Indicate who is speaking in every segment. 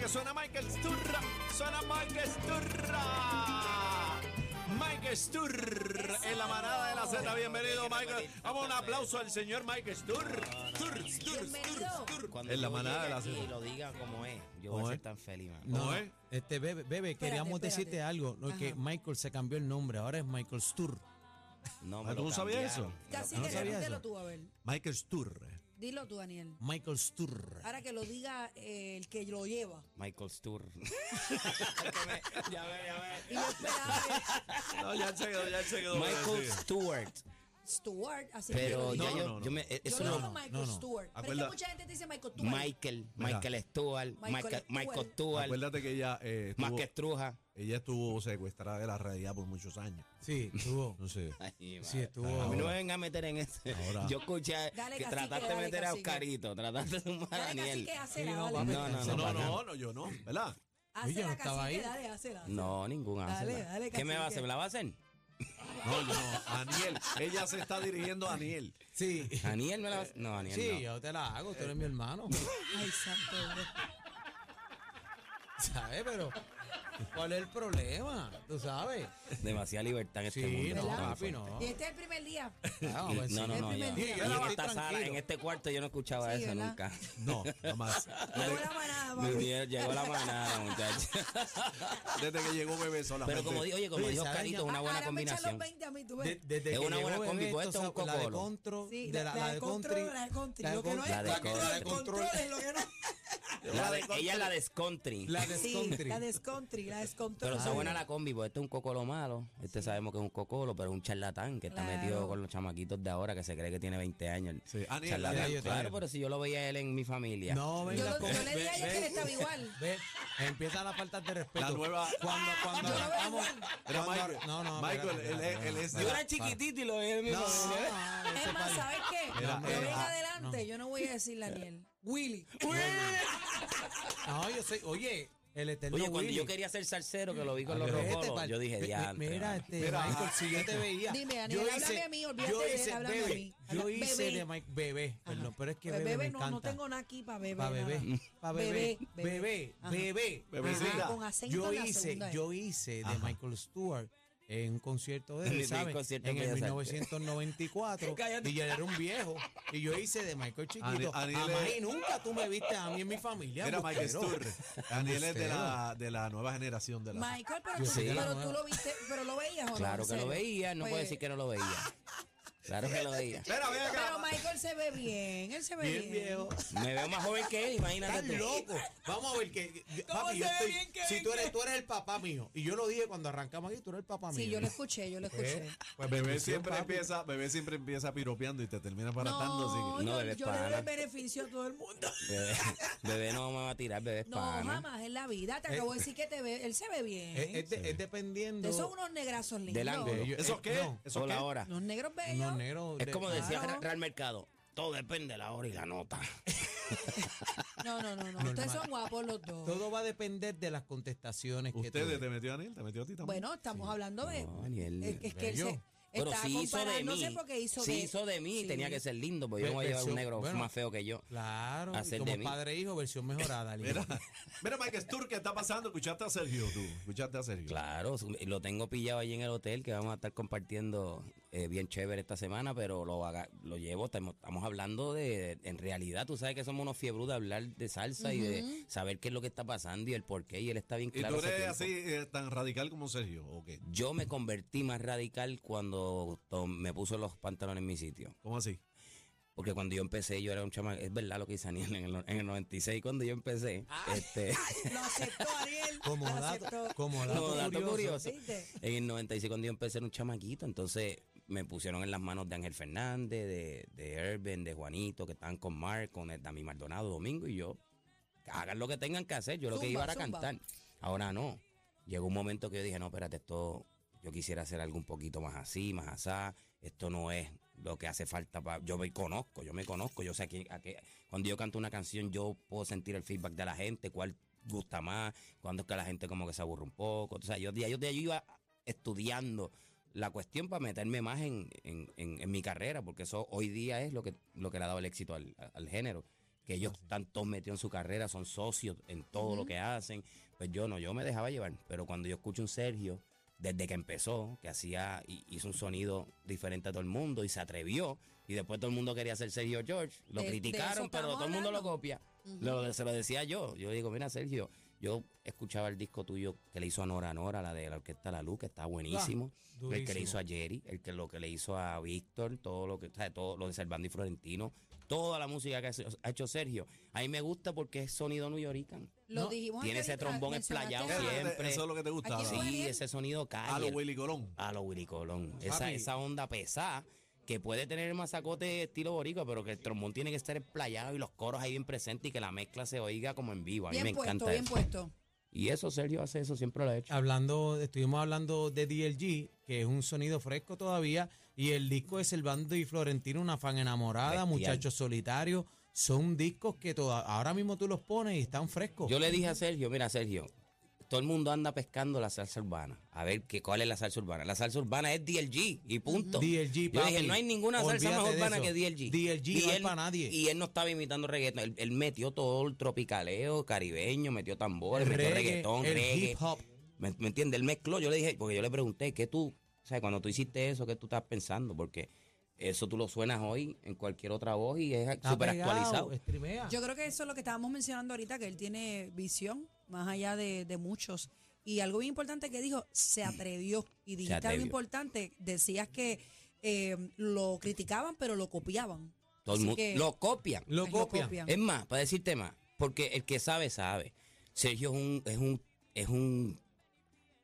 Speaker 1: que suena Michael Sturra. Suena Michael Sturra. Mike Sturr en la manada de la Z. Bienvenido, Michael. Vamos un aplauso al señor Mike Sturr. Sturr, Sturr, Sturr, Sturr.
Speaker 2: Cuando
Speaker 1: En la
Speaker 2: tú
Speaker 1: manada de la
Speaker 2: llegues
Speaker 1: Z.
Speaker 2: Y lo diga como es. Yo
Speaker 1: ¿Cómo
Speaker 2: voy a
Speaker 1: es?
Speaker 2: ser tan feliz, man.
Speaker 1: No, ¿eh?
Speaker 3: Este bebé, bebé queríamos
Speaker 4: espérate.
Speaker 3: decirte algo, ¿no? que
Speaker 4: Ajá.
Speaker 3: Michael se cambió el nombre, ahora es Michael Sturr.
Speaker 2: No,
Speaker 1: Ah,
Speaker 2: me
Speaker 1: ¿tú
Speaker 2: lo
Speaker 1: no sabías
Speaker 2: cambiaron.
Speaker 1: eso?
Speaker 4: Casi
Speaker 3: ¿No
Speaker 4: que
Speaker 3: sabías
Speaker 4: dilo
Speaker 3: eso?
Speaker 4: tú, a ver.
Speaker 1: Michael Sturr.
Speaker 4: Dilo tú, Daniel.
Speaker 3: Michael Sturr.
Speaker 4: Ahora que lo diga eh, el que lo lleva.
Speaker 2: Michael Sturr. Es que me- ya ve, ya
Speaker 4: Y yo esperaba
Speaker 1: No, ya se quedó, ya se quedó.
Speaker 2: ve. Michael
Speaker 1: Sí.
Speaker 2: Stewart.
Speaker 4: que Stuart, así
Speaker 2: Pero
Speaker 4: que
Speaker 1: No, no,
Speaker 2: ya yo,
Speaker 1: no,
Speaker 2: yo
Speaker 1: no.
Speaker 2: me. eh,
Speaker 4: yo
Speaker 2: Eso
Speaker 4: le
Speaker 2: no.
Speaker 4: digo Michael
Speaker 3: no, no.
Speaker 4: Stewart. Pero es
Speaker 1: Acuerda-
Speaker 4: que mucha gente te dice Michael Stuart.
Speaker 2: Michael, Michael Stewart,
Speaker 4: Michael
Speaker 2: Michael,
Speaker 4: Stewart.
Speaker 2: Michael Stewart,
Speaker 1: Acuérdate que ella, eh,
Speaker 2: más que
Speaker 1: estuvo,
Speaker 2: Estruja.
Speaker 1: ella estuvo secuestrada de la realidad por muchos años.
Speaker 3: Sí, estuvo.
Speaker 1: No sé.
Speaker 2: Ay,
Speaker 3: Sí,
Speaker 2: madre.
Speaker 3: estuvo.
Speaker 2: A mí no me vengan a meter en eso.
Speaker 1: Ahora.
Speaker 2: Yo escuché
Speaker 4: Dale,
Speaker 2: que
Speaker 4: cacique,
Speaker 2: trataste de
Speaker 4: dale,
Speaker 2: meter a
Speaker 4: cacique.
Speaker 2: Oscarito, trataste de sumar a
Speaker 4: Dale, casi
Speaker 2: Daniel.
Speaker 4: que hace
Speaker 3: Sí, no,
Speaker 4: la,
Speaker 3: papi,
Speaker 4: dale.
Speaker 2: No, no,
Speaker 3: se
Speaker 2: no.
Speaker 1: No,
Speaker 3: para
Speaker 1: no,
Speaker 3: acá.
Speaker 1: no, yo no, ¿verdad?
Speaker 4: Hazla,
Speaker 3: Oye, no estaba
Speaker 4: cacique,
Speaker 3: ahí.
Speaker 4: Dale, hazla.
Speaker 2: No, ningún
Speaker 4: Dale,
Speaker 2: hazla.
Speaker 4: dale,
Speaker 2: ¿Qué me va a hacer?
Speaker 4: cacique.
Speaker 2: ¿Me la va a hacer?
Speaker 1: No, yo no. Aniel, ella se está dirigiendo a Aniel.
Speaker 3: Sí.
Speaker 2: ¿Daniel me la va a hacer? No, Daniel
Speaker 3: Sí,
Speaker 2: no.
Speaker 3: yo te la hago, tú eres mi hermano.
Speaker 4: Ay, santo. Dios.
Speaker 3: ¿Sabes? Pero, ¿cuál es el problema? ¿Tú sabes?
Speaker 2: Demasiada libertad en este
Speaker 3: Sí,
Speaker 2: mundo.
Speaker 3: no,
Speaker 2: Tan
Speaker 3: papi,
Speaker 2: fuerte.
Speaker 3: no.
Speaker 4: Y este es el primer día.
Speaker 3: Ah, pues sí.
Speaker 2: No, no, no.
Speaker 4: El
Speaker 2: ya.
Speaker 4: primer
Speaker 2: Y
Speaker 4: día.
Speaker 3: Yo
Speaker 2: en
Speaker 3: estoy
Speaker 2: esta sala,
Speaker 3: tranquilo.
Speaker 2: en este cuarto, yo no escuchaba
Speaker 4: Sí,
Speaker 2: eso
Speaker 4: ¿verdad?
Speaker 2: nunca.
Speaker 1: No, jamás.
Speaker 4: Llegó
Speaker 1: Desde,
Speaker 4: la manada,
Speaker 2: Mi
Speaker 4: papi.
Speaker 2: vida Llegó la manada, muchachos.
Speaker 1: desde que llegó bebé solamente.
Speaker 2: Pero como dijo, oye, como
Speaker 3: Ah, Oye,
Speaker 2: dijo
Speaker 3: ¿saben
Speaker 2: Carito,
Speaker 3: qué?
Speaker 2: una buena
Speaker 4: Ah, Ahora me echan los
Speaker 2: combinación.
Speaker 4: 20 a mí, tú
Speaker 3: De-
Speaker 4: ves.
Speaker 3: desde
Speaker 2: Es
Speaker 3: que
Speaker 2: una buena
Speaker 3: llegó
Speaker 2: combi,
Speaker 3: Bebeto,
Speaker 2: pues esto es un
Speaker 3: sabe, La de
Speaker 2: cocolo.
Speaker 3: control,
Speaker 4: Sí,
Speaker 3: de la, la de country.
Speaker 4: La de country.
Speaker 3: La de
Speaker 4: Lo que no
Speaker 3: country.
Speaker 4: es
Speaker 2: La de
Speaker 4: control,
Speaker 2: country.
Speaker 4: el control es lo que no
Speaker 2: La de- Ella es la descontry.
Speaker 3: La de
Speaker 4: Sí,
Speaker 3: country.
Speaker 4: la descontry, la descontrol.
Speaker 2: Pero está buena la combi, porque este es un cocolo malo. Este sabemos que es un cocolo, pero es un charlatán que está
Speaker 4: Claro.
Speaker 2: metido con los chamaquitos de ahora que se cree que tiene 20 años.
Speaker 1: Sí, ah, ni
Speaker 2: Charlatán,
Speaker 1: la de-
Speaker 3: yo
Speaker 2: claro,
Speaker 3: también.
Speaker 2: pero si yo lo veía a él en mi familia.
Speaker 3: No,
Speaker 4: Yo,
Speaker 3: venga.
Speaker 4: lo- yo le dije
Speaker 3: ve-
Speaker 4: ayer que
Speaker 3: ve-
Speaker 4: él estaba igual.
Speaker 3: Ve, empiezan las faltas de respeto.
Speaker 1: La nueva-
Speaker 3: Cuando,
Speaker 4: Ah, Yo
Speaker 3: cuando
Speaker 4: lo veo
Speaker 3: arrancamos-
Speaker 4: igual.
Speaker 1: Era
Speaker 3: cuando
Speaker 1: Michael.
Speaker 3: ar- No, no,
Speaker 1: Michael,
Speaker 3: espérate,
Speaker 1: él-
Speaker 3: espérate,
Speaker 1: él- él es-
Speaker 3: espérate.
Speaker 2: yo era chiquitito y lo veía en mi
Speaker 3: No,
Speaker 2: familia.
Speaker 3: no, ese
Speaker 4: Es más,
Speaker 3: pal-
Speaker 4: ¿sabes qué?
Speaker 1: Mira,
Speaker 4: no
Speaker 1: mira,
Speaker 4: venga
Speaker 1: ah,
Speaker 4: adelante, yo no voy a decirle a Daniel. Willy.
Speaker 3: No, yo soy, oye, el eterno
Speaker 2: Oye, cuando
Speaker 3: Willy.
Speaker 2: yo quería ser salsero, que lo vi con
Speaker 3: Pero
Speaker 2: los
Speaker 3: este
Speaker 2: rocolos,
Speaker 3: pal-
Speaker 2: yo dije,
Speaker 3: mi-
Speaker 2: ya.
Speaker 3: mi- Mira, este,
Speaker 1: Mira,
Speaker 3: Michael,
Speaker 1: ajá.
Speaker 3: si yo te veía.
Speaker 4: Dime,
Speaker 3: yo
Speaker 4: Daniel,
Speaker 3: hice-
Speaker 4: háblame a mí, olvídate
Speaker 3: yo
Speaker 4: de él,
Speaker 3: hice
Speaker 4: háblame a
Speaker 3: bebé,
Speaker 4: mí.
Speaker 3: Yo
Speaker 4: Habla-
Speaker 3: hice
Speaker 4: bebé.
Speaker 3: de Mike Bebé, perdón, pero es que
Speaker 4: Pues
Speaker 3: bebé, me
Speaker 4: no, no
Speaker 3: encanta.
Speaker 4: tengo nada aquí para bebé.
Speaker 3: Pa' bebé,
Speaker 4: nada.
Speaker 3: pa' bebé,
Speaker 4: Bebé,
Speaker 3: bebé,
Speaker 4: bebé.
Speaker 3: bebé,
Speaker 4: Ajá.
Speaker 1: Bebecita.
Speaker 4: Con acento
Speaker 3: yo
Speaker 4: en la
Speaker 3: hice,
Speaker 4: segunda, eh.
Speaker 3: yo hice de
Speaker 1: Ajá.
Speaker 3: Michael Stewart en un concierto de
Speaker 2: En
Speaker 3: él,
Speaker 2: el
Speaker 3: ¿sabes?
Speaker 2: concierto
Speaker 3: En
Speaker 2: que
Speaker 3: el
Speaker 2: ya salte.
Speaker 3: 1994
Speaker 2: Cállate.
Speaker 3: y yo era un viejo y yo hice de Michael chiquito.
Speaker 1: Ani- Aniel
Speaker 3: Además,
Speaker 1: es-
Speaker 3: y nunca tú me viste a mí en mi familia.
Speaker 1: Era Michael
Speaker 3: embustero.
Speaker 1: Sturr. Aniel es de
Speaker 3: Embustero.
Speaker 1: la, de la nueva generación de la.
Speaker 4: Michael, pero,
Speaker 3: Yo
Speaker 4: tú,
Speaker 3: soy de la
Speaker 4: pero tú
Speaker 3: nueva.
Speaker 4: lo viste, pero lo veías o no.
Speaker 2: Claro
Speaker 4: ¿En
Speaker 2: que lo
Speaker 4: serio?
Speaker 2: veía, no
Speaker 4: Pues-
Speaker 2: puedo decir que no lo veía. Claro que lo veía.
Speaker 1: Espera, ven acá.
Speaker 4: Pero Michael se ve bien, él se ve
Speaker 3: Bien
Speaker 4: bien.
Speaker 3: viejo.
Speaker 2: Me veo más joven que él, imagínate
Speaker 3: Estás
Speaker 2: tú.
Speaker 3: loco. Vamos a ver que.
Speaker 4: ¿Cómo
Speaker 3: papi, yo
Speaker 4: se ve
Speaker 3: estoy-
Speaker 4: bien que
Speaker 3: si
Speaker 4: ven
Speaker 3: tú eres, tú eres el papá mío. Y yo lo dije cuando arrancamos aquí, tú eres el papá mío.
Speaker 4: Sí, yo lo escuché, yo lo escuché.
Speaker 3: Pues, pues
Speaker 1: Bebé
Speaker 3: bendición,
Speaker 1: siempre
Speaker 3: papi.
Speaker 1: empieza, bebé siempre empieza piropeando y te termina aparatando.
Speaker 4: No,
Speaker 1: así
Speaker 2: No,
Speaker 4: yo,
Speaker 2: bebé,
Speaker 4: yo le doy
Speaker 2: pana.
Speaker 4: el beneficio a todo el mundo.
Speaker 2: Bebé, bebé no me va a tirar, bebé es
Speaker 4: No,
Speaker 2: pana.
Speaker 4: jamás en la vida. Te
Speaker 3: Eh.
Speaker 4: acabo de decir que te ve, él se ve bien.
Speaker 3: Es, es de- es dependiendo.
Speaker 4: Esos son unos negrazos lindos.
Speaker 2: Del ángulo.
Speaker 1: que-
Speaker 3: yo-
Speaker 1: ¿Eso
Speaker 3: eh,
Speaker 1: qué?
Speaker 3: no.
Speaker 1: ¿Eso
Speaker 2: Hola,
Speaker 1: qué?
Speaker 2: ahora.
Speaker 4: Unos negros bellos.
Speaker 3: Unos negros.
Speaker 2: Es
Speaker 3: de-
Speaker 2: como decía
Speaker 4: Claro.
Speaker 2: Ra- Real Mercado, todo depende de la hora y la nota.
Speaker 4: No, no, no, no. Ustedes son guapos los dos.
Speaker 3: Todo va a depender de las contestaciones que tú
Speaker 1: Ustedes te metió a Aniel, te metió a ti también.
Speaker 4: Bueno, estamos hablando de.
Speaker 2: No, Daniel,
Speaker 4: es, es que él
Speaker 3: bello.
Speaker 4: se.
Speaker 2: Pero
Speaker 4: está
Speaker 2: si hizo de
Speaker 4: comparándose
Speaker 2: mí,
Speaker 4: porque hizo
Speaker 2: si
Speaker 4: de.
Speaker 2: hizo de mí,
Speaker 4: Sí.
Speaker 2: tenía que ser lindo, porque yo
Speaker 3: Ve-
Speaker 2: no voy a llevar un
Speaker 3: versión-
Speaker 2: negro
Speaker 3: bueno,
Speaker 2: más feo que yo.
Speaker 3: Claro, y
Speaker 2: Hacer de
Speaker 3: como
Speaker 2: mí.
Speaker 3: padre e hijo, versión mejorada. Lili.
Speaker 1: Mira, mira Mike Sturr, ¿qué está pasando? Escuchaste a Sergio tú. Escuchaste a Sergio.
Speaker 2: Claro, su- lo tengo pillado ahí en el hotel que vamos a estar compartiendo eh, bien chévere esta semana, pero lo, haga- lo llevo, estamos, estamos hablando de, en realidad, tú sabes que somos unos fiebros de hablar de salsa y de saber qué es lo que está pasando y el por qué, y él está bien
Speaker 1: ¿Y
Speaker 2: claro.
Speaker 1: tú
Speaker 2: hace
Speaker 1: eres así
Speaker 2: tiempo.
Speaker 1: eh, tan radical como Sergio? ¿O qué?
Speaker 2: Yo me convertí más radical cuando to- me puso los pantalones en mi sitio.
Speaker 1: ¿Cómo así?
Speaker 2: Porque cuando yo empecé, yo era un chama. Es verdad lo que hizo Aniel en el, no- en el 96. Cuando yo empecé, este,
Speaker 4: Lo aceptó Ariel.
Speaker 3: Como
Speaker 4: lo
Speaker 3: dato,
Speaker 4: aceptó.
Speaker 3: como dato
Speaker 2: como dato curioso,
Speaker 3: curioso.
Speaker 4: ¿Viste?
Speaker 2: en el 96, cuando yo empecé, era un chamaquito. Entonces me pusieron en las manos de Ángel Fernández, de, de Erben, de Juanito, que estaban con Mark, con el Dami Maldonado, Domingo y yo. Hagan lo que tengan que hacer. Yo lo que
Speaker 4: Zumba,
Speaker 2: iba era a
Speaker 4: zumba.
Speaker 2: cantar. Ahora no. Llegó un momento que yo dije, no, espérate, esto. Yo quisiera hacer algo un poquito más así, más asá. Esto no es lo que hace falta para. Yo me conozco, yo me conozco. Yo sé a quién- a qué- Cuando yo canto una canción, yo puedo sentir el feedback de la gente, cuál gusta más, cuándo es que la gente como que se aburre un poco. O sea, yo, yo, yo iba estudiando la cuestión para meterme más en, en- en- en mi carrera, porque eso hoy día es lo que, lo que le ha dado el éxito al, al género que ellos están todos metidos en su carrera, son socios en todo lo que hacen. Pues yo no, yo me dejaba llevar. Pero cuando yo escucho un Sergio, desde que empezó, que hacía, hi- hizo un sonido diferente a todo el mundo y se atrevió, y después todo el mundo quería ser Sergio George, lo
Speaker 4: De- de
Speaker 2: criticaron,
Speaker 4: eso
Speaker 2: pero
Speaker 4: estamos
Speaker 2: todo el mundo lo
Speaker 4: hablando.
Speaker 2: copia. Lo- se lo decía yo. Yo digo, mira, Sergio, yo escuchaba el disco tuyo que le hizo a Nora Nora, la de la Orquesta La Luz, que está buenísimo.
Speaker 1: Ah,
Speaker 2: el que le
Speaker 3: durísimo.
Speaker 2: hizo a Jerry, el que lo que le hizo a Víctor, todo lo que, o sea, todo lo de Servando y Florentino, toda la música que ha hecho- ha hecho Sergio. A mí me gusta porque es sonido newyoricano.
Speaker 4: Lo
Speaker 3: No,
Speaker 4: dijimos
Speaker 2: tiene ese
Speaker 4: anteriorita,
Speaker 2: trombón
Speaker 4: mencionaste
Speaker 2: explayado
Speaker 4: a-
Speaker 2: siempre.
Speaker 1: Eso es lo que te gustaba.
Speaker 4: Aquí fue-
Speaker 2: Sí,
Speaker 4: bien.
Speaker 2: ese sonido calle.
Speaker 1: Ah, A lo Willy Colón. Ah,
Speaker 2: A lo Willy Colón. Esa,
Speaker 3: Papi.
Speaker 2: esa onda pesada que puede tener el mazacote estilo boricua, pero que el trombón tiene que estar explayado y los coros ahí bien presentes y que la mezcla se oiga como en vivo. A mí
Speaker 4: Bien
Speaker 2: me
Speaker 4: puesto,
Speaker 2: encanta
Speaker 4: bien
Speaker 2: eso.
Speaker 4: puesto.
Speaker 2: Y eso Sergio hace eso, siempre lo ha hecho.
Speaker 3: Hablando, estuvimos hablando de DLG, que es un sonido fresco todavía, y el disco de Servando y Florentino, una fan enamorada,
Speaker 2: Bestial.
Speaker 3: muchachos solitarios, son discos que toda, ahora mismo tú los pones y están frescos.
Speaker 2: Yo le dije a Sergio, mira Sergio, todo el mundo anda pescando la salsa urbana. A ver, que, ¿cuál es la salsa urbana? La salsa urbana es DLG y punto.
Speaker 3: DLG,
Speaker 2: Yo
Speaker 3: papi,
Speaker 2: dije, no hay ninguna salsa
Speaker 3: olvídate
Speaker 2: más
Speaker 3: de
Speaker 2: urbana
Speaker 3: eso.
Speaker 2: que DLG.
Speaker 3: DLG
Speaker 2: Y
Speaker 3: no es
Speaker 2: él-
Speaker 3: pa' nadie.
Speaker 2: Y él no estaba imitando reggaetón. Él, él metió todo el tropicaleo caribeño, metió tambores, metió
Speaker 3: Reggae,
Speaker 2: reggaetón,
Speaker 3: el
Speaker 2: reggae.
Speaker 3: hip hop.
Speaker 2: ¿Me, me entiendes? Él mezcló. Yo le dije, porque yo le pregunté, ¿qué tú, o sea, cuando tú hiciste eso, qué tú estás pensando? Porque eso tú lo suenas hoy en cualquier otra voz y es
Speaker 3: Está
Speaker 2: súper
Speaker 3: pegado,
Speaker 2: actualizado.
Speaker 3: streamea.
Speaker 4: Yo creo que eso es lo que estábamos mencionando ahorita, que él tiene visión más allá de, de muchos. Y algo bien importante que dijo, se atrevió. Y dijiste
Speaker 2: atrevió.
Speaker 4: algo importante, decías que eh, lo criticaban, pero lo copiaban.
Speaker 2: Todo el
Speaker 4: Así
Speaker 2: mundo-
Speaker 4: que- pues,
Speaker 2: lo copian.
Speaker 3: Lo
Speaker 4: Lo
Speaker 3: copian.
Speaker 4: copian.
Speaker 2: Es más, para decirte más, porque el que sabe, sabe. Sergio es un, es un, es un,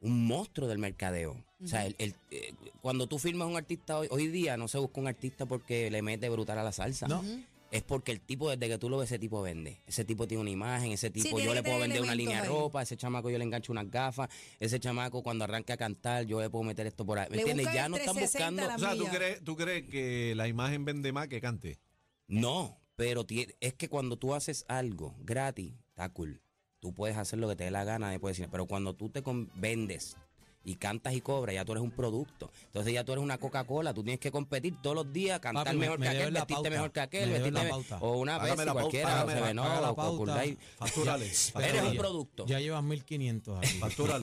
Speaker 2: un monstruo del mercadeo. O sea, el- el- eh, cuando tú firmas un artista hoy, hoy día, no se busca un artista porque le mete brutal a la salsa.
Speaker 3: No.
Speaker 2: Es porque el tipo, desde que tú lo ves, ese tipo vende. Ese tipo tiene una imagen, ese tipo
Speaker 4: tiene
Speaker 2: yo
Speaker 4: que
Speaker 2: le puedo
Speaker 4: tener
Speaker 2: vender una
Speaker 4: elementos
Speaker 2: línea de
Speaker 4: ahí.
Speaker 2: ropa, ese chamaco yo le engancho unas gafas, ese chamaco cuando arranca a cantar yo le puedo meter esto por ahí. ¿Me
Speaker 4: Le
Speaker 2: entiendes?
Speaker 4: buscan
Speaker 2: Ya
Speaker 4: el
Speaker 2: no están
Speaker 4: 360
Speaker 2: buscando...
Speaker 4: la
Speaker 1: O sea, ¿tú
Speaker 4: milla.
Speaker 1: crees, ¿tú crees que la imagen vende más que cante?
Speaker 2: No, pero tie- es que cuando tú haces algo gratis, está cool. Tú puedes hacer lo que te dé la gana después de decir, pero cuando tú te con- vendes y cantas y cobras, ya tú eres un producto. Entonces ya tú eres una Coca-Cola, tú tienes que competir todos los días, cantar
Speaker 3: Papi, me-
Speaker 2: mejor
Speaker 3: me
Speaker 2: que aquel,
Speaker 3: debes la
Speaker 2: vestirte
Speaker 3: pauta.
Speaker 2: mejor que aquel,
Speaker 3: Me debes
Speaker 2: vestirte
Speaker 3: la
Speaker 2: me-
Speaker 3: pauta.
Speaker 2: o una
Speaker 1: Págame
Speaker 2: vez
Speaker 1: la pauta,
Speaker 2: cualquiera, o
Speaker 1: págame
Speaker 2: se
Speaker 1: la-
Speaker 2: ve, no,
Speaker 3: Pues Paga
Speaker 2: o
Speaker 3: la
Speaker 2: Coca-Cola.
Speaker 3: pauta.
Speaker 2: Y-
Speaker 1: Factúrale,
Speaker 2: Eres un
Speaker 1: Factúrale.
Speaker 2: producto.
Speaker 3: Ya llevas 1500 aquí.
Speaker 1: Factúrale.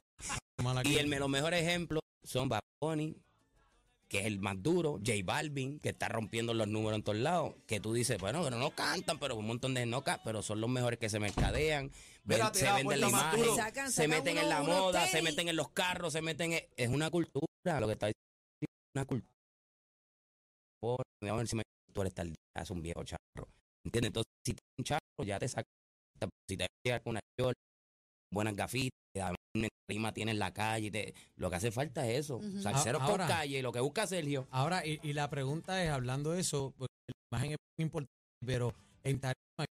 Speaker 3: Mala
Speaker 2: Y
Speaker 3: que-
Speaker 2: el, me- los mejores ejemplos son Bad Bunny, que es el más duro, J Balvin, que está rompiendo los números en todos lados, que tú dices, bueno, pero no cantan, pero un montón de no cantan, pero son los mejores que se mercadean, ven-
Speaker 1: Mira, te
Speaker 2: se
Speaker 1: da
Speaker 2: venden la
Speaker 1: vuelta más
Speaker 2: imagen,
Speaker 1: duro.
Speaker 4: Sacan-
Speaker 2: se
Speaker 4: sacan
Speaker 2: meten en
Speaker 4: uno-
Speaker 2: la
Speaker 4: unos
Speaker 2: moda, se
Speaker 4: tenis.
Speaker 2: meten en los carros, se meten en... Es una cultura, lo que está diciendo, una cultura. Por- me voy a ver si me- tú eres tal- es un viejo charro, ¿entiendes? Entonces, si tienes un charro, ya te sacas, si te llegas con una yola, buenas gafitas, una rima tienes en la calle. te- lo que hace falta es eso.
Speaker 4: Ujú.
Speaker 2: Salseros
Speaker 3: A-
Speaker 2: con
Speaker 3: ahora-
Speaker 2: calle, lo que busca Sergio.
Speaker 3: Ahora, y, y la pregunta es, hablando de eso, porque la imagen es muy importante, pero en tarima hay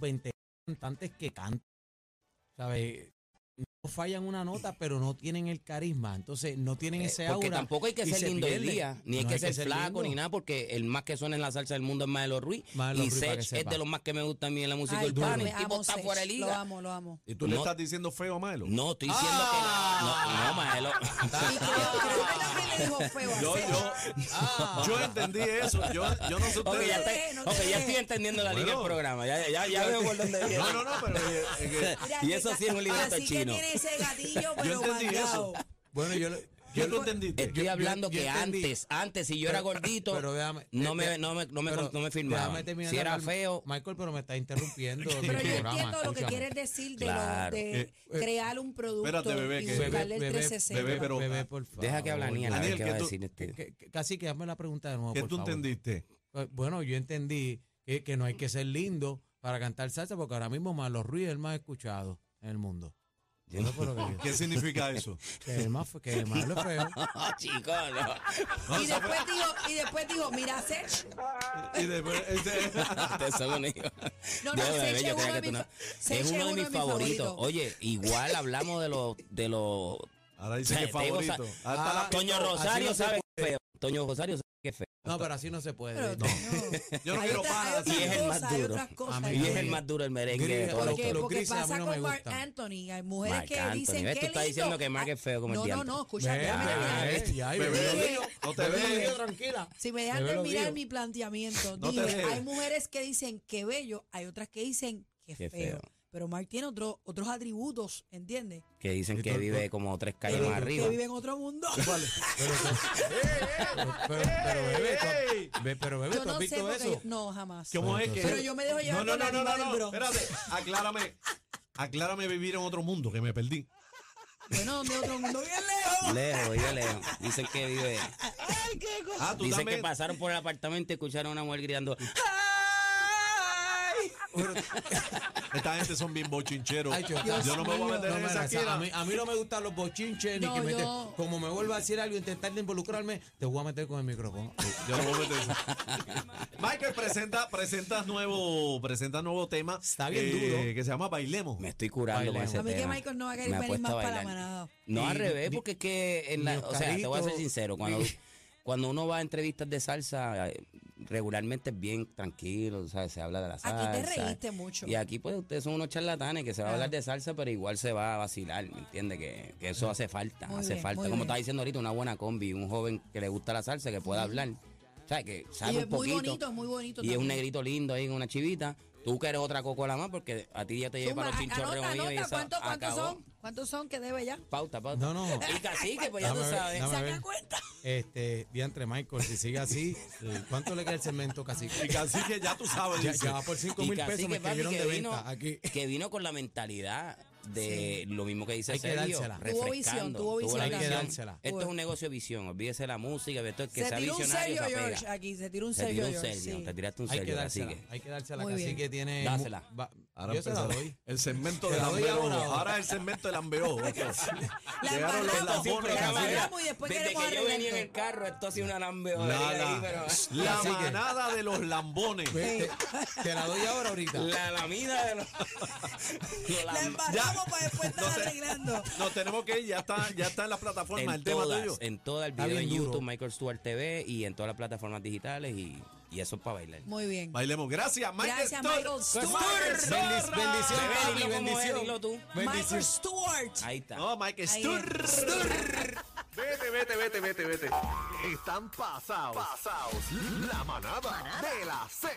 Speaker 3: 20 cantantes que cantan, ¿sabes? No fallan una nota, pero no tienen el carisma, entonces no tienen
Speaker 2: Eh,
Speaker 3: ese
Speaker 2: porque
Speaker 3: aura.
Speaker 2: tampoco hay que
Speaker 3: y
Speaker 2: ser
Speaker 3: se
Speaker 2: lindo el
Speaker 3: pierde.
Speaker 2: día, ni hay
Speaker 3: No
Speaker 2: que ser flaco, ni
Speaker 3: lindo.
Speaker 2: nada, porque el más que suena en la salsa del mundo es Maelo Ruiz.
Speaker 3: Maelo
Speaker 2: y
Speaker 3: Ruiz, para
Speaker 2: Sech
Speaker 3: que
Speaker 2: es
Speaker 3: sepa.
Speaker 2: de los más que me gusta a mí en la música
Speaker 4: Ay,
Speaker 2: urbana.
Speaker 4: me
Speaker 2: El tipo
Speaker 4: amo,
Speaker 2: está
Speaker 4: Sech,
Speaker 2: fuera de
Speaker 4: Lo
Speaker 2: liga.
Speaker 4: amo, lo amo.
Speaker 1: ¿Y tú le
Speaker 2: No.
Speaker 1: estás diciendo feo a Maelo?
Speaker 2: No, estoy diciendo
Speaker 3: Ah.
Speaker 2: que. No, no, Maelo.
Speaker 4: Y creo, creo que también le dijo feo a
Speaker 1: Yo,
Speaker 4: Sech.
Speaker 1: yo, yo entendí eso. Yo, yo no sé
Speaker 2: Ok,
Speaker 1: ustedes.
Speaker 2: ya,
Speaker 4: te-
Speaker 2: está-
Speaker 4: no te
Speaker 2: ok, ya
Speaker 4: dejes.
Speaker 2: estoy entendiendo la línea del
Speaker 1: Bueno.
Speaker 2: programa. Ya, ya, ya veo por dónde viene.
Speaker 1: No, no, no, pero eh, eh, que-
Speaker 4: Mira,
Speaker 2: Y
Speaker 4: que
Speaker 2: eso
Speaker 4: ca-
Speaker 2: sí es un libreto
Speaker 4: así
Speaker 2: chino.
Speaker 4: que tiene ese gatillo, pero
Speaker 1: entendí
Speaker 4: marcado.
Speaker 3: Bueno, yo, lo-
Speaker 1: ¿qué
Speaker 3: yo
Speaker 1: tú
Speaker 3: lo-
Speaker 1: entendiste?
Speaker 2: Estoy
Speaker 3: yo-
Speaker 2: hablando
Speaker 3: yo
Speaker 2: que
Speaker 3: entendí.
Speaker 2: antes, antes, si yo era
Speaker 3: Pero-
Speaker 2: gordito,
Speaker 3: pero déjame-
Speaker 2: no, me,
Speaker 3: de-
Speaker 2: no, me, no, me,
Speaker 3: pero
Speaker 2: no me
Speaker 3: déjame
Speaker 2: firmaban.
Speaker 3: terminar
Speaker 2: Si
Speaker 3: de
Speaker 2: era
Speaker 3: hablar.
Speaker 2: feo,
Speaker 3: Michael, pero me está interrumpiendo. mi
Speaker 4: Pero yo
Speaker 3: programa,
Speaker 4: entiendo lo que
Speaker 3: escúchame.
Speaker 4: quieres decir de, lo-
Speaker 2: Claro.
Speaker 4: de
Speaker 1: Eh,
Speaker 4: crear un producto
Speaker 1: espérate, bebé,
Speaker 4: y
Speaker 1: que-
Speaker 4: buscarle
Speaker 3: Bebé,
Speaker 4: el
Speaker 3: bebé,
Speaker 4: 360.
Speaker 1: bebé, pero-
Speaker 3: Bebé, por favor.
Speaker 2: deja que habla niña, a ver
Speaker 1: Daniel,
Speaker 2: qué
Speaker 1: ¿qué
Speaker 2: va a
Speaker 1: tú-
Speaker 2: decir este.
Speaker 3: Que- que- que- Casi que hazme la pregunta de nuevo,
Speaker 1: ¿Qué
Speaker 3: por
Speaker 1: tú
Speaker 3: favor.
Speaker 1: entendiste?
Speaker 3: Eh, Bueno, yo entendí que, que no hay que ser lindo para cantar salsa, porque ahora mismo Malo Ruiz es el más escuchado en el mundo.
Speaker 2: Yo
Speaker 3: Eso fue lo que yo-
Speaker 1: ¿Qué significa eso?
Speaker 3: que el más, que el malo es feo.
Speaker 2: Chicos,
Speaker 1: No,
Speaker 4: y,
Speaker 1: esa
Speaker 4: después dijo, y después dijo, mira, Sech,
Speaker 1: fue- y después, este-
Speaker 2: Ustedes son unos hijos.
Speaker 4: No, no,
Speaker 2: Dios,
Speaker 4: Seche
Speaker 2: bebé, yo
Speaker 4: es
Speaker 2: creía
Speaker 4: uno
Speaker 2: que
Speaker 4: de
Speaker 2: tú
Speaker 4: mis
Speaker 2: no-
Speaker 4: fa- Seche
Speaker 2: Es uno de mis favoritos.
Speaker 4: favoritos.
Speaker 2: Oye, igual hablamos de los de los
Speaker 1: Ahora dice que
Speaker 2: Te digo,
Speaker 1: favorito.
Speaker 2: o ah,
Speaker 1: Hasta la-
Speaker 2: Toño Rosario
Speaker 3: no se
Speaker 2: sabe que es feo. Toño Rosario, ¿sabes qué feo?
Speaker 3: No, pero así no se puede.
Speaker 4: Pero
Speaker 3: No.
Speaker 4: no.
Speaker 1: Yo no
Speaker 4: Hay
Speaker 1: quiero
Speaker 4: otra- hay
Speaker 1: panas.
Speaker 4: otras
Speaker 2: Y es el más
Speaker 4: cosas, hay
Speaker 2: duro.
Speaker 4: otras cosas,
Speaker 3: A mí
Speaker 2: Y es
Speaker 4: ¿no?
Speaker 2: el más duro el merengue
Speaker 3: Gris,
Speaker 2: de toda la
Speaker 3: porque-
Speaker 4: Porque,
Speaker 2: historia.
Speaker 3: los
Speaker 4: porque
Speaker 3: grises a mí
Speaker 4: pasa
Speaker 3: no me
Speaker 4: con Mark
Speaker 3: gustan.
Speaker 4: Anthony. Hay mujeres
Speaker 2: Marc
Speaker 4: que
Speaker 2: Anthony,
Speaker 4: dicen
Speaker 2: ¿ves?
Speaker 4: que Ah,
Speaker 2: Tú estás diciendo que Marc es feo como el
Speaker 4: No, no,
Speaker 2: diantre.
Speaker 4: no, escucha,
Speaker 3: Ve,
Speaker 4: déjame
Speaker 3: ve,
Speaker 4: terminar.
Speaker 3: ve, y ahí,
Speaker 1: Bebé,
Speaker 3: bebé,
Speaker 1: lo
Speaker 3: bebé,
Speaker 1: digo, no te
Speaker 3: bebé,
Speaker 1: veo.
Speaker 3: bebé, tranquila.
Speaker 4: Si me dejan
Speaker 3: Bebé lo
Speaker 4: terminar
Speaker 3: digo.
Speaker 4: mi planteamiento,
Speaker 1: No te
Speaker 4: dije,
Speaker 1: dejes.
Speaker 4: hay mujeres que dicen que bello, hay otras que dicen que
Speaker 2: Qué
Speaker 4: feo.
Speaker 2: feo.
Speaker 4: Pero Mark tiene otro- otros atributos, ¿entiendes?
Speaker 2: Que dicen que
Speaker 3: Pero-
Speaker 2: vive como tres calles
Speaker 3: pero-
Speaker 2: más arriba.
Speaker 4: Que vive en otro mundo.
Speaker 3: Pero, pero, pero, pero, bebé,
Speaker 1: ey.
Speaker 3: tú- ve- pero, bebé,
Speaker 4: Yo
Speaker 3: ¿tú
Speaker 4: no
Speaker 3: has
Speaker 4: sé
Speaker 3: visto
Speaker 4: porque
Speaker 3: eso?
Speaker 4: yo- no, jamás.
Speaker 1: ¿Cómo es que?
Speaker 4: Pero yo me dejo
Speaker 1: No,
Speaker 4: llevar
Speaker 1: no,
Speaker 4: por la
Speaker 1: no, no,
Speaker 4: diva
Speaker 1: no,
Speaker 4: del
Speaker 1: no,
Speaker 4: Bronx.
Speaker 1: Espérate, aclárame. Aclárame vivir en otro mundo que me perdí.
Speaker 4: Bueno, donde otro mundo bien lejos.
Speaker 2: Lejos, vive lejos. Dicen que vive.
Speaker 4: Ay, qué cosa.
Speaker 1: Ah, tú
Speaker 2: Dicen que
Speaker 1: también.
Speaker 2: pasaron por el apartamento y escucharon a una mujer gritando.
Speaker 4: Ay.
Speaker 1: Esta gente son bien bochincheros.
Speaker 3: Ay, yo-
Speaker 1: yo no me voy a meter
Speaker 3: No,
Speaker 1: en
Speaker 3: mira,
Speaker 1: esa
Speaker 3: o sea, a,
Speaker 1: esquina.
Speaker 3: mí, a mí no me gustan los bochinches
Speaker 4: No,
Speaker 3: ni que me te-
Speaker 4: yo-
Speaker 3: Como me vuelva a decir algo, intentar de involucrarme, te voy a meter con el micrófono.
Speaker 1: Yo no me voy a meter en esa. Michael presenta, presenta nuevo, presenta nuevo tema.
Speaker 3: Está bien
Speaker 1: eh,
Speaker 3: duro.
Speaker 1: Que se llama Bailemos.
Speaker 2: Me estoy curando con
Speaker 3: Bailemos.
Speaker 2: ese
Speaker 4: A mí que
Speaker 2: tema.
Speaker 4: Michael no va a querer
Speaker 2: Me
Speaker 4: venir
Speaker 2: apuesto
Speaker 4: más
Speaker 2: a
Speaker 4: para la
Speaker 2: bailar.
Speaker 4: manada.
Speaker 2: No, al
Speaker 3: Ni-
Speaker 2: revés,
Speaker 3: ni-
Speaker 2: porque es que. en
Speaker 3: ni
Speaker 2: la- o sea, te voy a ser
Speaker 3: Oscarito,
Speaker 2: sincero. Cuando, cuando uno va a entrevistas de salsa, eh, regularmente es bien tranquilo. o sea, Se habla de la salsa.
Speaker 4: Aquí te reíste mucho.
Speaker 2: Y aquí, pues, ustedes son unos charlatanes que se va a
Speaker 4: Ajá.
Speaker 2: hablar de salsa, pero igual se va a vacilar, ¿me entiendes? Que, que eso hace falta,
Speaker 4: Muy
Speaker 2: hace
Speaker 4: bien,
Speaker 2: falta.
Speaker 4: muy
Speaker 2: Como
Speaker 4: bien.
Speaker 2: estaba diciendo ahorita, una buena combi, un joven que le gusta la salsa, que pueda hablar, ¿sabes? Que sabe
Speaker 4: Y
Speaker 2: un
Speaker 4: es muy
Speaker 2: poquito.
Speaker 4: bonito, es muy bonito.
Speaker 2: y es un
Speaker 4: también.
Speaker 2: negrito lindo ahí con una chivita. Tú que eres otra cocola más, porque a ti ya te lleva
Speaker 4: Zumba,
Speaker 2: los
Speaker 4: a-
Speaker 2: chinchorreos
Speaker 4: anota,
Speaker 2: míos y
Speaker 4: anota,
Speaker 2: eso
Speaker 4: ¿cuántos, cuántos
Speaker 2: acabó.
Speaker 4: son? ¿Cuántos son que debe ya?
Speaker 2: Pauta, pauta.
Speaker 3: No, no.
Speaker 2: Y cacique, pues ya
Speaker 3: Dame
Speaker 2: tú
Speaker 3: a ver,
Speaker 2: sabes.
Speaker 3: dame a ver.
Speaker 4: Saca cuenta.
Speaker 3: Este, diantre Michael, si sigue así, ¿cuánto le queda el cemento casi?
Speaker 1: Y que así que ya tú sabes.
Speaker 3: Ya,
Speaker 1: dice.
Speaker 3: ya va por 5
Speaker 2: Y
Speaker 3: mil
Speaker 2: cacique,
Speaker 3: pesos, me
Speaker 2: papi,
Speaker 3: escribieron
Speaker 2: que
Speaker 3: de
Speaker 2: vino-
Speaker 3: venta aquí.
Speaker 2: Que vino con la mentalidad de lo mismo que dice
Speaker 3: Hay que
Speaker 2: Sergio,
Speaker 3: dársela.
Speaker 4: Tuvo
Speaker 2: refrescando,
Speaker 4: visión, tuvo
Speaker 2: tuvo
Speaker 4: visión
Speaker 2: la
Speaker 3: también. Hay que
Speaker 2: visión.
Speaker 3: dársela.
Speaker 2: Esto es
Speaker 4: Tuvo-
Speaker 2: un negocio de visión, olvídese la música, esto es que
Speaker 4: se
Speaker 2: sea
Speaker 4: tiró un
Speaker 2: visionario
Speaker 4: sello,
Speaker 2: se apega.
Speaker 4: George. Aquí se tiró un
Speaker 2: Se
Speaker 4: sello,
Speaker 2: tiró un
Speaker 4: George.
Speaker 2: Sergio,
Speaker 4: sí.
Speaker 2: te tiraste un
Speaker 3: Hay que
Speaker 2: sello,
Speaker 3: dársela,
Speaker 2: cacique.
Speaker 3: hay que dársela,
Speaker 4: Muy
Speaker 3: casi
Speaker 4: bien.
Speaker 3: que tiene... mu-
Speaker 2: Dásela.
Speaker 3: va-
Speaker 1: Ahora
Speaker 3: yo se la
Speaker 1: empezó
Speaker 3: doy.
Speaker 1: el segmento de
Speaker 3: Te la doy
Speaker 1: Lambeo.
Speaker 3: ahora, ahora.
Speaker 1: Ahora es el segmento de Lambeo.
Speaker 4: La
Speaker 1: Llegaron los
Speaker 4: embarramos,
Speaker 1: lambones.
Speaker 4: la
Speaker 1: cacique.
Speaker 4: embarramos y después
Speaker 2: Desde
Speaker 4: queremos
Speaker 2: que yo venía en
Speaker 4: arreglar
Speaker 2: el carro, esto ha sido una lambeodería ahí,
Speaker 1: Nada.
Speaker 2: pero...
Speaker 1: La
Speaker 3: Así que- Pues-
Speaker 1: manada de los lambones.
Speaker 3: Ve, Te, te la doy ahora ahorita.
Speaker 2: La lamida de los... los
Speaker 4: La
Speaker 2: lam-
Speaker 4: embarramos para después estar
Speaker 1: No sé.
Speaker 4: arreglando.
Speaker 1: Nos tenemos que ir, ya está, ya está en la plataforma
Speaker 2: en
Speaker 1: el tema tuyo.
Speaker 2: todas, en todo el
Speaker 3: Está
Speaker 2: video en
Speaker 3: bien duro.
Speaker 2: YouTube, Michael Stewart TV y en todas las plataformas digitales y, y eso es para bailar.
Speaker 4: Muy bien.
Speaker 1: Bailemos. Gracias, Michael
Speaker 4: Gracias,
Speaker 1: Stor-
Speaker 4: Michael Stewart.
Speaker 1: Michael
Speaker 3: Bendic-
Speaker 1: Stor-
Speaker 3: bendición,
Speaker 2: Bebé,
Speaker 3: papi,
Speaker 2: dilo como es,
Speaker 3: bendición.
Speaker 2: dilo tú.
Speaker 4: Michael
Speaker 3: Bendición.
Speaker 4: Stewart.
Speaker 2: Ahí está.
Speaker 1: No, Michael
Speaker 4: Ahí
Speaker 1: Stor-
Speaker 5: Vete, vete, vete, vete, vete. Están pasados. Pasados. La manada de la Z.